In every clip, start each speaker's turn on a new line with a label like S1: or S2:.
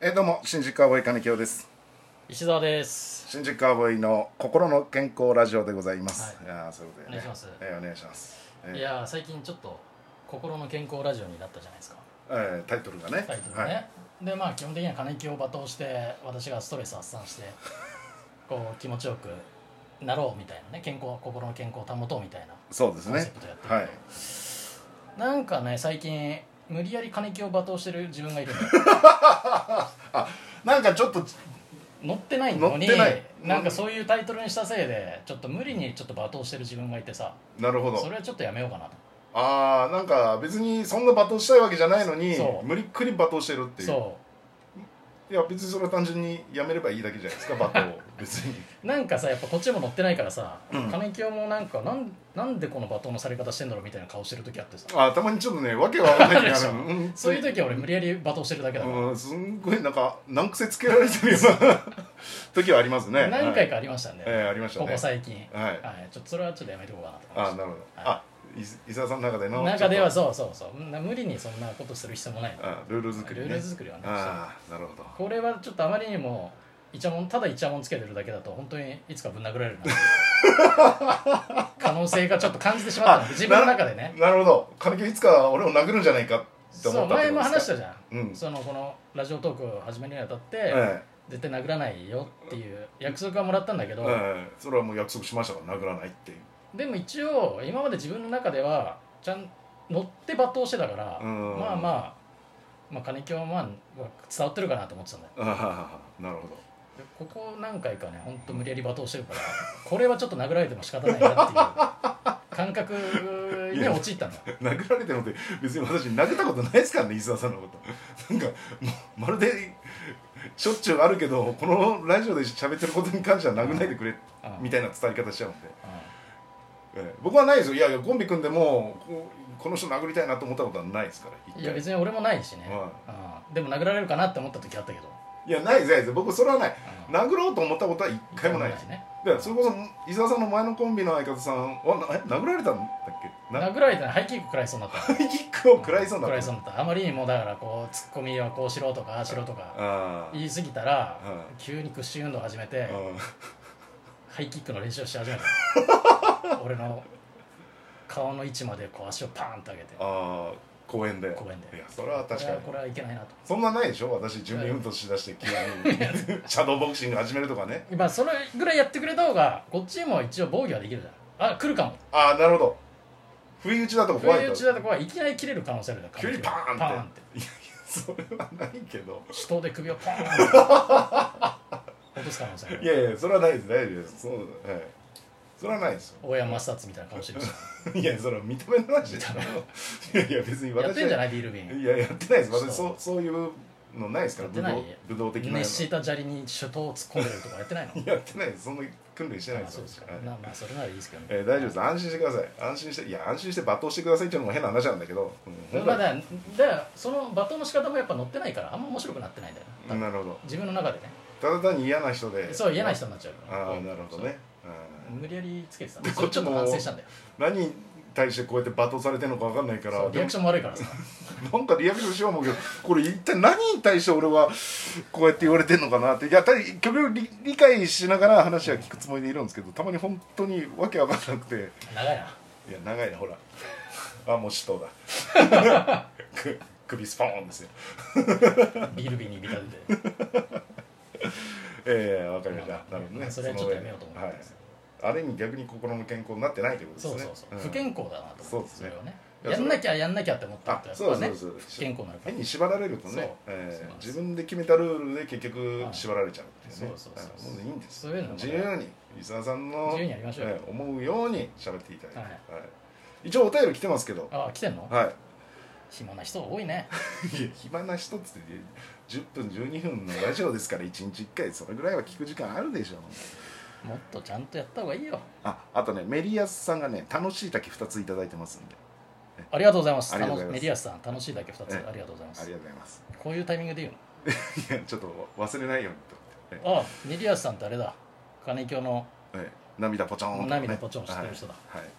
S1: えーどうも新宿アボイ金城です
S2: 石澤です
S1: 新宿アボイの心の健康ラジオでございます、
S2: はい
S1: い、やーそういうことで、ね、
S2: お願いします
S1: えーお願いしますえー
S2: いやー最近ちょっと心の健康ラジオになったじゃないですか
S1: えータイトルがね
S2: タイトルね、でまあ基本的には金木を罵倒して私がストレス発 散してこう気持ちよくなろうみたいなね健康心の健康を保とうみたいな
S1: そうです
S2: コンセ
S1: ね
S2: プトやってる
S1: はい
S2: なんかね最近無理やり金木を罵倒してる自分 がいるんだよ
S1: なんかちょっと
S2: 乗ってないのに
S1: 乗ってない
S2: んかそういうタイトルにしたせいでちょっと無理にちょっと罵倒してる自分がいてさ
S1: なるほど
S2: それはちょっとやめようかなと
S1: ああなんか別にそんな罵倒したいわけじゃないのに
S2: そう
S1: 無理っくり罵倒してるっていう
S2: そう
S1: いや別にそれは単純にやめればいいだけじゃないですか罵倒 を別に
S2: なんかさやっぱこっちも乗ってないからさ、
S1: うん
S2: 金清もなんかなんなんでこの罵倒のされ方してんだろうみたいな顔してる時あってさ
S1: あーたまにちょっとねわけわかんない時があ
S2: あ
S1: る
S2: るでしょ
S1: うん
S2: そういう時は俺無理やり罵倒してるだけだか
S1: うんすんごいなんか難癖つけられてるような 時はありますね
S2: ら、何回
S1: か、
S2: かありましたね、
S1: はいえーありましたね
S2: ここ最近
S1: はい
S2: はい、ちょっとそれはちょっとやめておこうかな
S1: あ
S2: と思い
S1: ー
S2: ま
S1: なるほど、
S2: は
S1: あい伊沢さんの中での
S2: した中では
S1: ちょっ
S2: そうそうそうな無理にそんなことする必要もないの
S1: とあールール作りね
S2: ルール作りはね
S1: ああなるほど
S2: これはちょっとあまりにもイチャモンただイチャモンつけてるだけだと本当にいつかぶん殴られる な可能性がちょっと感じてしまったので自分の中でね
S1: なるほど金木いつか俺を殴るんじゃないかって思
S2: そ
S1: っ
S2: う
S1: たってこ
S2: 前
S1: と
S2: も
S1: で
S2: 話
S1: す
S2: し
S1: か
S2: たじゃん、
S1: うん
S2: そのこのラジオトークを始めるにあたって、
S1: ええ
S2: 絶対殴らないよっていう約束はもらったんだけど、
S1: ええそれはもう約束しましたから殴らないっていう
S2: でも一応今まで自分の中ではちゃん乗って罵倒してたから、
S1: うん
S2: まあまあまあ金木はまあ伝わってるかなと思ってたんだよ
S1: ああなるほど
S2: でここ何回かね本当無理やり罵倒してるからこれはちょっと殴られても仕方ないなっていう感覚に陥ったんだ
S1: 殴られてもって別に私殴ったことないですからね伊沢さんのことなんかもうまるでしょっちゅうあるけどこのラジオで喋ってることに関しては殴らないでくれ
S2: うん
S1: みたいな伝わり方しちゃうんで、
S2: うん
S1: ええ僕はないですよいやいやコンビ組んでもこうこの人殴りたいなと思ったことはないですから一回
S2: いや別に俺もないしね、
S1: は
S2: うんでも殴られるかなって思った時あったけど、
S1: いやないですないです僕それはない
S2: うん
S1: 殴ろうと思ったことは一回もないです
S2: ね
S1: でそれこそ伊沢さんの前のコンビの相方さんはなえ殴られたんだっけな
S2: 殴られてないハイキック食らいそうになった
S1: ハイキックを食らいそうになっ
S2: 食らい
S1: た
S2: そうになったあまりにもだからこうツッコミはこうしろとかああしろとか
S1: ああ
S2: 言い過ぎたら
S1: うん
S2: 急に屈伸運動始めて
S1: うん
S2: ハイキックの練習をし始 めた俺の顔の位置までこう足をパーンと上げて
S1: ああ公園で
S2: 公園で
S1: いやそれは確か
S2: これ
S1: に
S2: はこれはいけないなと
S1: そんなないでしょ私準備運動しだして急に シャドーボクシング始めるとかね
S2: まあそれぐらいやってくれた方がこっちも一応防御はできるじゃんあ来るかも
S1: ああなるほど不意打ちだと
S2: 不
S1: 怖い
S2: 意
S1: と
S2: 打ちだとこはいきなり切れる可能性あるから
S1: 急にパーンって
S2: パーンって
S1: いやいやそれはないけど
S2: 手刀で首をパーンっ て落とす可能性あ
S1: い
S2: る
S1: やいやそれはないです大丈夫ですそうはいそれはないですよ
S2: 大山摩擦みたいな顔してるし
S1: いやそれは認めの話でしょいやいや別に私は
S2: やってんじゃないビール瓶
S1: いややってないです
S2: そう
S1: 私そうそういうのないですから
S2: やってない
S1: 武道武道的なや
S2: 熱
S1: つ
S2: していた砂利に手刀を突っ込んでるとかやってないの
S1: やってないですそんな訓練してないで
S2: まあ
S1: す
S2: そうですか、
S1: はい
S2: まあまあそれならいいですけどね、
S1: えー大丈夫です安心してください安心していや安心して罵倒してくださいっていうのも変な話なんだけど、うん本
S2: まあ
S1: 当に
S2: だからだからその罵倒の仕方もやっぱ乗ってないからあんま面白くなってないんだよな
S1: うんなるほど
S2: 自分の中でね
S1: ただ単に嫌な人で
S2: そう嫌な人になっちゃうから
S1: ああなるほどねうん
S2: 無理やりつけてた
S1: で
S2: それちょっと
S1: こっちも
S2: 反省したんだよ
S1: 何に対してこうやって罵倒されてるのか分かんないから
S2: そうリアクションも悪いからさ
S1: で もなんかリアクションしようもけどこれ一体何に対して俺はこうやって言われてるのかなっていやた極力理理解しながら話は聞くつもりでいるんですけどたまに本当にわけ分かんなくて
S2: 長いない
S1: や長いなほらあもう死闘だ く首スポーンですよ
S2: ビール瓶に見立てて
S1: ええわかりました。なるほど
S2: ま
S1: ね。
S2: あそれはちょっとやめようと思って
S1: はい
S2: ます。
S1: ある意味逆に心の健康になってないということです
S2: そう
S1: ね。
S2: そうそう、
S1: ん
S2: 不健康だなと
S1: そう
S2: 思
S1: で
S2: って
S1: す
S2: そ
S1: ね
S2: れをね
S1: いや
S2: やんなきゃやんなきゃって思った
S1: あ
S2: って、やっ
S1: そう
S2: ぱ
S1: で
S2: ね
S1: すそうです。
S2: 不健康になるから
S1: 変に縛られると
S2: そう
S1: ね、え
S2: そう
S1: え
S2: なんです
S1: 自分で決めたルールで結局
S2: はい
S1: 縛られちゃうっていうね。
S2: そうそうそう
S1: はいもういいんです。
S2: そういうのもね
S1: 自由に伊沢さんの
S2: 自由にやりましょうよ
S1: ええ思うように喋っていただいて。
S2: はい
S1: はい一応お便り来てますけど。
S2: ああ来てんの
S1: はい。
S2: 暇な人多いね
S1: いや暇な人っつって10分12分のラジオですから1日1回それぐらいは聞く時間あるでしょう。
S2: もっとちゃんとやった方がいいよ
S1: ああとねメリアスさんがね楽しい滝2ついただいてますんで
S2: ありがとうございます
S1: ありがとうございます
S2: メディアスさん楽しいだけ2つ
S1: ええ
S2: ありがとうございま
S1: あり
S2: す
S1: がとうございます
S2: こういうタイミングで言うの
S1: いやちょっと忘れないようにと、え
S2: ああメディアスさんってあれだ金井教の
S1: え涙ポチョンとかね、
S2: 涙ポチョン知ってる人だ
S1: はい、はい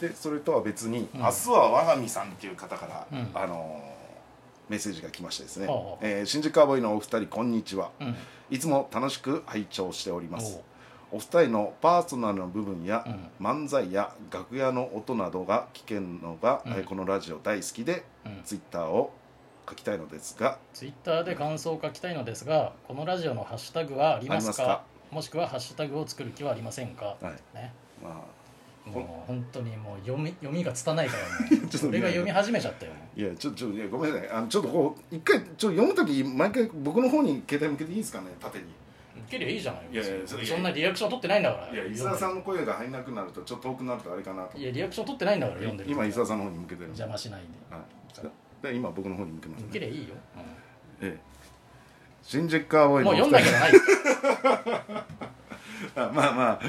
S1: でそれとは別に、
S2: うん
S1: 明日は我が身さんっていう方から、
S2: うん
S1: あのーメッセージが来ましてですね
S2: ほうほ
S1: 「
S2: う
S1: えー新宿カーボーイのお二人こんにちは
S2: うん、
S1: いつも楽しく拝聴しておりますお
S2: お」
S1: 二人のパーソナルの部分や
S2: う、
S1: 漫才や楽屋の音などが聞けるのが、
S2: うん
S1: えーこのラジオ大好きで
S2: うんうん、
S1: ツイッターを書きたいのですが
S2: ツイッターで感想を書きたいのですがこのラジオのハッシュタグはありますか
S1: ありま
S2: もしくはハッシュタグを作る気はありませんか、
S1: はい
S2: ね、
S1: ま
S2: もう本当にもう読み読みが拙いからね
S1: ちょっと
S2: 俺が読み始めちゃったよ
S1: あいやちょっとごめんなさいあのちょっとこう一回ちょっと読むとき毎回僕の方に携帯向けていいですかね縦に
S2: 受けりゃいいじゃない
S1: いやいやそれ
S2: そんなリアクション取ってないんだから
S1: いや伊沢さんの声が入らなくなるとちょっと遠くなるとあれかなと
S2: いやリアクション取ってないんだから読んでる
S1: 今伊沢さんの方に向けてる
S2: 邪魔しないんで
S1: はい、で今僕の方に向けます
S2: 受け
S1: ね
S2: りゃいいよ、
S1: ええ新宿カーボー
S2: うん
S1: イ
S2: も
S1: の
S2: う
S1: お二
S2: 読
S1: 人
S2: んだけどない
S1: あまあまあ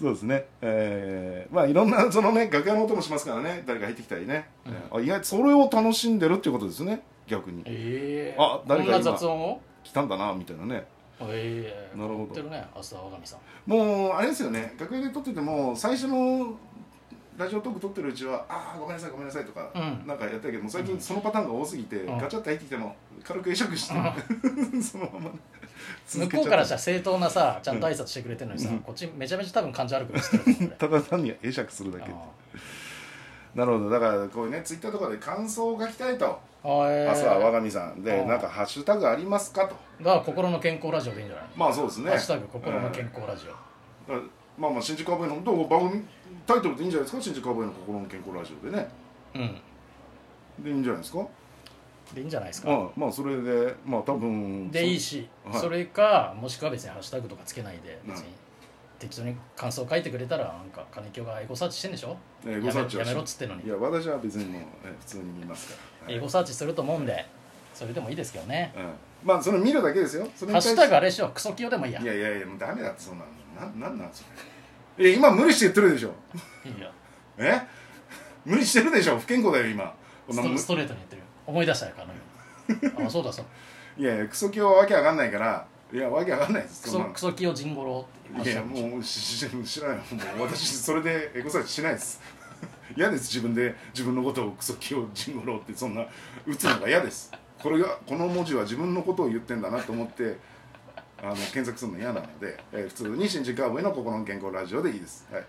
S1: そうですねえーまあいろんなそのね楽屋の音もしますからね誰か入ってきたりね、
S2: う
S1: あ意外とそれを楽しんでるっていうことですね逆に
S2: ええ
S1: あ誰か
S2: こ
S1: 今
S2: んな雑音を
S1: 来たんだなみたいなね
S2: ええ
S1: なるほど
S2: 言ってるね明日は若見さん
S1: もうあれですよね楽屋で撮ってても最初のラジオトーク撮ってるうちは「ああごめんなさいごめんなさい」とか、
S2: うん
S1: なんかやったけども最近そのパターンが多すぎて、
S2: うん
S1: ガチャッと入ってきても軽く会釈して、 そのまま
S2: 向こうから
S1: ち
S2: した
S1: ゃ
S2: ら正当なさちゃんと挨拶してくれてるのにさ、
S1: うん
S2: こっちめちゃめちゃ多分感じ悪く映ってると思う
S1: ただ単に会釈するだけなるほどだからこういうねツイッターとかで感想を書きたいと
S2: 俺
S1: 「
S2: あ
S1: 朝は我
S2: が
S1: が身さん」で「
S2: うん
S1: なんかハッシュタグありますか?」と
S2: が心の健康ラジオでいいんじゃない、
S1: まあそうですね
S2: ハッシュタグ心の健康ラジオ、
S1: えーまあまあ新宿アボイのどう番組タイトルでいいんじゃないですか新宿アボイの心の健康ラジオでね
S2: うん
S1: でいいんじゃないですか
S2: でいいんじゃないですか、
S1: まあまあそれでまあ多分
S2: でいいし、
S1: はい
S2: それかもしくは別にハッシュタグとかつけないで
S1: うん
S2: 別に適当に感想書いてくれたらなんか金清がエゴサーチしてんでしょ
S1: えーご察知
S2: や
S1: は
S2: め
S1: し
S2: やめろっつってんのに
S1: いや私は別にもう、えー普通に見ますから、はい
S2: エゴサーチすると思うんでそれでもいいですけどね
S1: うんまあそれ見るだけですよそれ
S2: ハッ
S1: に対し
S2: シュタグあれでしょクソ清でもいいや
S1: いやいやいやもうダメだってそんなのなんなんなんそれいや今無理して言ってるでしょ
S2: いいよ
S1: え無理してるでしょ不健康だよ今こん
S2: ス
S1: な
S2: ト
S1: む
S2: ストレートに言ってる思い出したよ金 よあそうだそう
S1: いやいやクソキはわけわかんないからいやわけわかんないです
S2: ク
S1: そん
S2: ソ
S1: なの
S2: クソ清甚五郎っていうハッ
S1: い
S2: シュ
S1: や
S2: タグでしょ
S1: もうしし知らないもう私それでエゴサーチしないです 嫌です自分で自分のことをクソキをジンゴロウってそんな打つのが嫌ですこれがこの文字は自分のことを言ってんだなと思ってあの検索するの嫌なので、えー普通に新宿アウェイの心の健康ラジオでいいです、はい、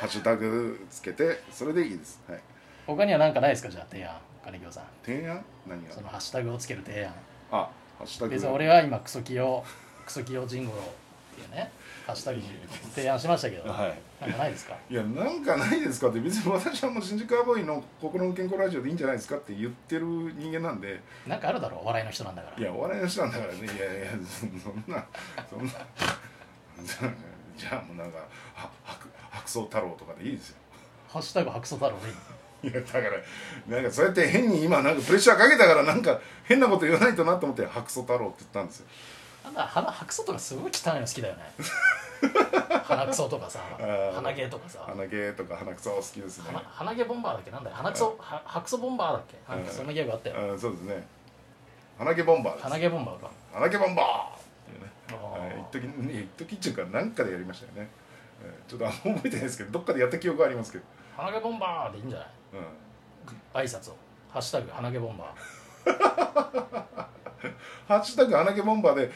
S1: ハッシュタグつけてそれでいいです、はい、
S2: 他には何かないですかじゃあ提案金清さん
S1: 提案何が
S2: そのハッシュタグをつける提案
S1: あハッシュタグ
S2: 別に俺は今クソ清クソ清甚五郎っていうねハッシュタグに提案しましたけど
S1: はい
S2: なんかないですか
S1: いやなんかないですかって別に私はもう新宿アボーイの心の健康ラジオでいいんじゃないですかって言ってる人間なんで
S2: なんかあるだろうお笑いの人なんだから
S1: いやお笑いの人なんだからねいやいやそそんなそんな じゃあもうなんかは白白草太郎とかでいいですよ
S2: ハッシュタグ白素太郎でいい
S1: いやだからなんかそうやって変に今なんかプレッシャーかけたからなんか変なこと言わないとなと思って白草太郎って言ったんですよ
S2: なんだ鼻白素とかすごい汚いの好きだよ ね鼻くそとかさ
S1: ー
S2: 鼻毛とかさ
S1: 鼻毛とか鼻草は好きですね
S2: 鼻鼻毛ボンバーだっけなんだよ鼻くそは白素ボンバーだっけなんかそんなゲームあったよ
S1: うんそうですね鼻毛ボンバーです
S2: 鼻毛ボンバーか
S1: 鼻毛ボンバーっていうね
S2: あ
S1: はい
S2: ー
S1: 一時ね一時っていうか何かでやりましたよね、えーちょっとあんま覚えてないですけどどっかでやった記憶がありますけど、
S2: 鼻毛ボンバーでいいんじゃ
S1: うん、
S2: ない挨拶を「ハッシュタグ鼻毛ボンバー」
S1: ハッシュタグ鼻毛ボンバーで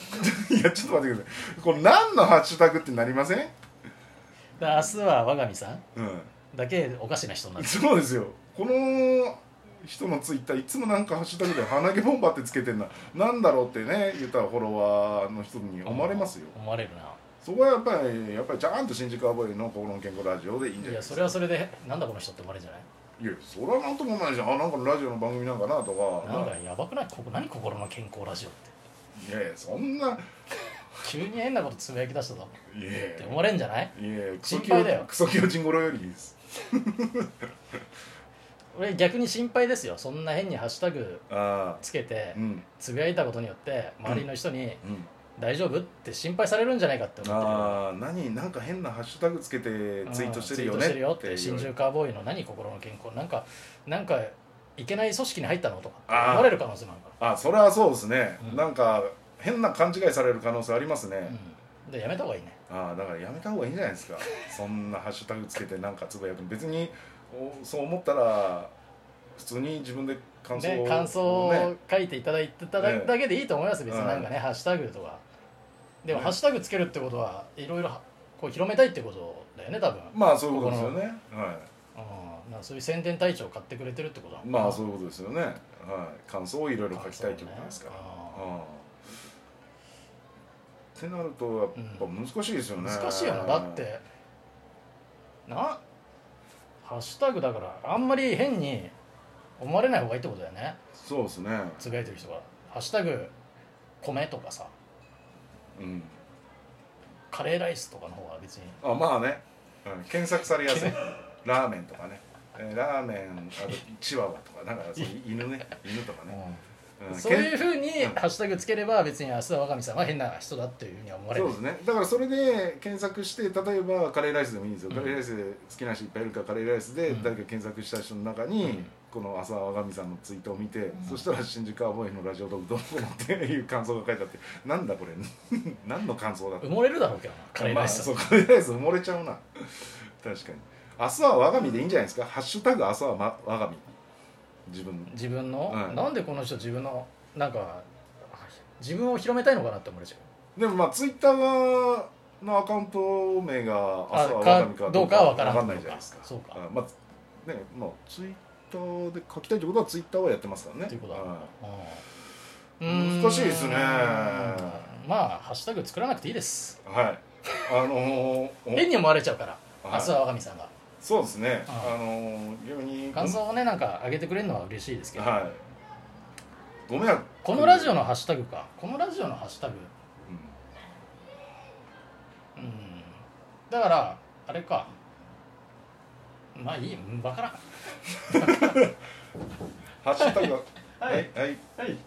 S1: いやちょっと待ってくださいこれ何のハッシュタグってなりません、
S2: で明日は我が身さん
S1: うん、
S2: だけおかしな人になる
S1: そうですよこの人のツイッターいつもなんかハッシュタグで鼻毛ボンバーってつけてんななんだろうってね言ったらフォロワーの人に 思われますよ
S2: 思われるな
S1: そこはやっぱりやっぱりちゃんと新宿アボイの心の健康ラジオでいいんじゃない
S2: い
S1: で
S2: や
S1: すか
S2: それはそれでなんだこの人って思われるんじゃない
S1: いやそれはなんとも思わないじゃんあなんかのラジオの番組なんかなとか
S2: なんかやばくないここ何心の健康ラジオって
S1: いやいやそんない
S2: 急に変なことつぶやき出したぞ
S1: やい
S2: って思われるんじゃない
S1: やいやクソ
S2: 心
S1: キヨ
S2: 配だよ
S1: クソキヨジンゴロよりいいです
S2: 俺逆に心配ですよそんな変にハッシュタグ
S1: あ
S2: つけて
S1: あうん
S2: つぶやいたことによって周りの人に
S1: うん
S2: 「大丈夫?」って心配されるんじゃないかって思ってる
S1: ああ何なんか変なハッシュタグつけて
S2: うん
S1: ツイートしてるよ
S2: ツイート
S1: ね
S2: してるよっ
S1: い
S2: て
S1: う
S2: 新宿カーボーイの何心の健康なんかなんかいけない組織に入ったのとか
S1: あー
S2: 思われる可能性もあるか
S1: あそれはそうですね、
S2: うん
S1: なんか変な勘違いされる可能性あります
S2: ら、
S1: ね、
S2: うん、でやめた方がいいね
S1: ああだからやめた方がいいんじゃないですかそんなハッシュタグつけてなんかつぶやくの別におそう思ったら普通に自分で感想を
S2: ね、感想を書いていただいてただ,、
S1: ええ
S2: だけでいいと思います別になんかね、
S1: う
S2: ハッシュタグとかでも、
S1: ね
S2: ハッシュタグつけるってことはいろいろはこう広めたいってことだよね多分、
S1: まあそういうことですよねは
S2: うん、なんかそういう宣伝隊長を買ってくれてるってことだ
S1: いまあ
S2: う
S1: そういうことですよねはい感想をいろいろ書きたいということですから、ああってなるとやっぱ難しいですよね、
S2: 難しいよなだってなハッシュタグだからあんまり変に思われない方がいいってことだよね
S1: そうですね
S2: つぶやいてる人が「ハッシュタグ米」とかさ
S1: うん
S2: 「カレーライス」とかの方が別に
S1: あまあね、うん、検索されやす いラーメンとかねえーラーメンあとチワワとかなんかそういう犬ね犬とかね、うん
S2: そういうふうに
S1: うん
S2: ハッシュタグつければ別に明日は若見さんは変な人だっていうふうには思われ
S1: そ
S2: る
S1: うですねだからそれで検索して例えばカレーライスでもいいんですよ、
S2: うん
S1: カレーライスで好きな人いっぱいいるからカレーライスで
S2: うん
S1: 誰か検索した人の中に、
S2: うん
S1: この浅尾神さんのツイートを見て、
S2: ん
S1: そしたら「新宿アボーイのラジオドッグどう思う?」っていう感想が書いてあってなんだこれ 何の感想だって
S2: 埋もれるだろうけどなカレーライス
S1: まあ、そうカレーライス埋もれちゃうな確かに明日は我が身でいいんじゃないですか「ハッシュタグ明日は、ま、我が身」自分
S2: 自分の、
S1: はい
S2: なんでこの人自分のなんか自分を広めたいのかなって思われちゃう
S1: でもまあツイッターのアカウント名が明日は我が身か
S2: どうかは分からん
S1: ないじゃないですか
S2: そうか
S1: あまあねまあツイッターで書きたいってことはツイッターはやってますからね
S2: っていうことだ
S1: は
S2: うんうーん
S1: 難しいですね
S2: まあハッシュタグ作らなくていいです
S1: い、はい、あのーお
S2: 変に思われちゃうから
S1: はい
S2: 明日は若見さんが
S1: そうですね
S2: う
S1: あ
S2: ん
S1: のー非常に
S2: 感想をねなんか上げてくれるのは嬉しいですけど、
S1: はいご迷惑
S2: このラジオのハッシュタグかこのラジオのハッシュタグ
S1: うん
S2: うんだからあれかまあいいうんわからん
S1: ハッシュタグ
S2: はい
S1: はい
S2: はい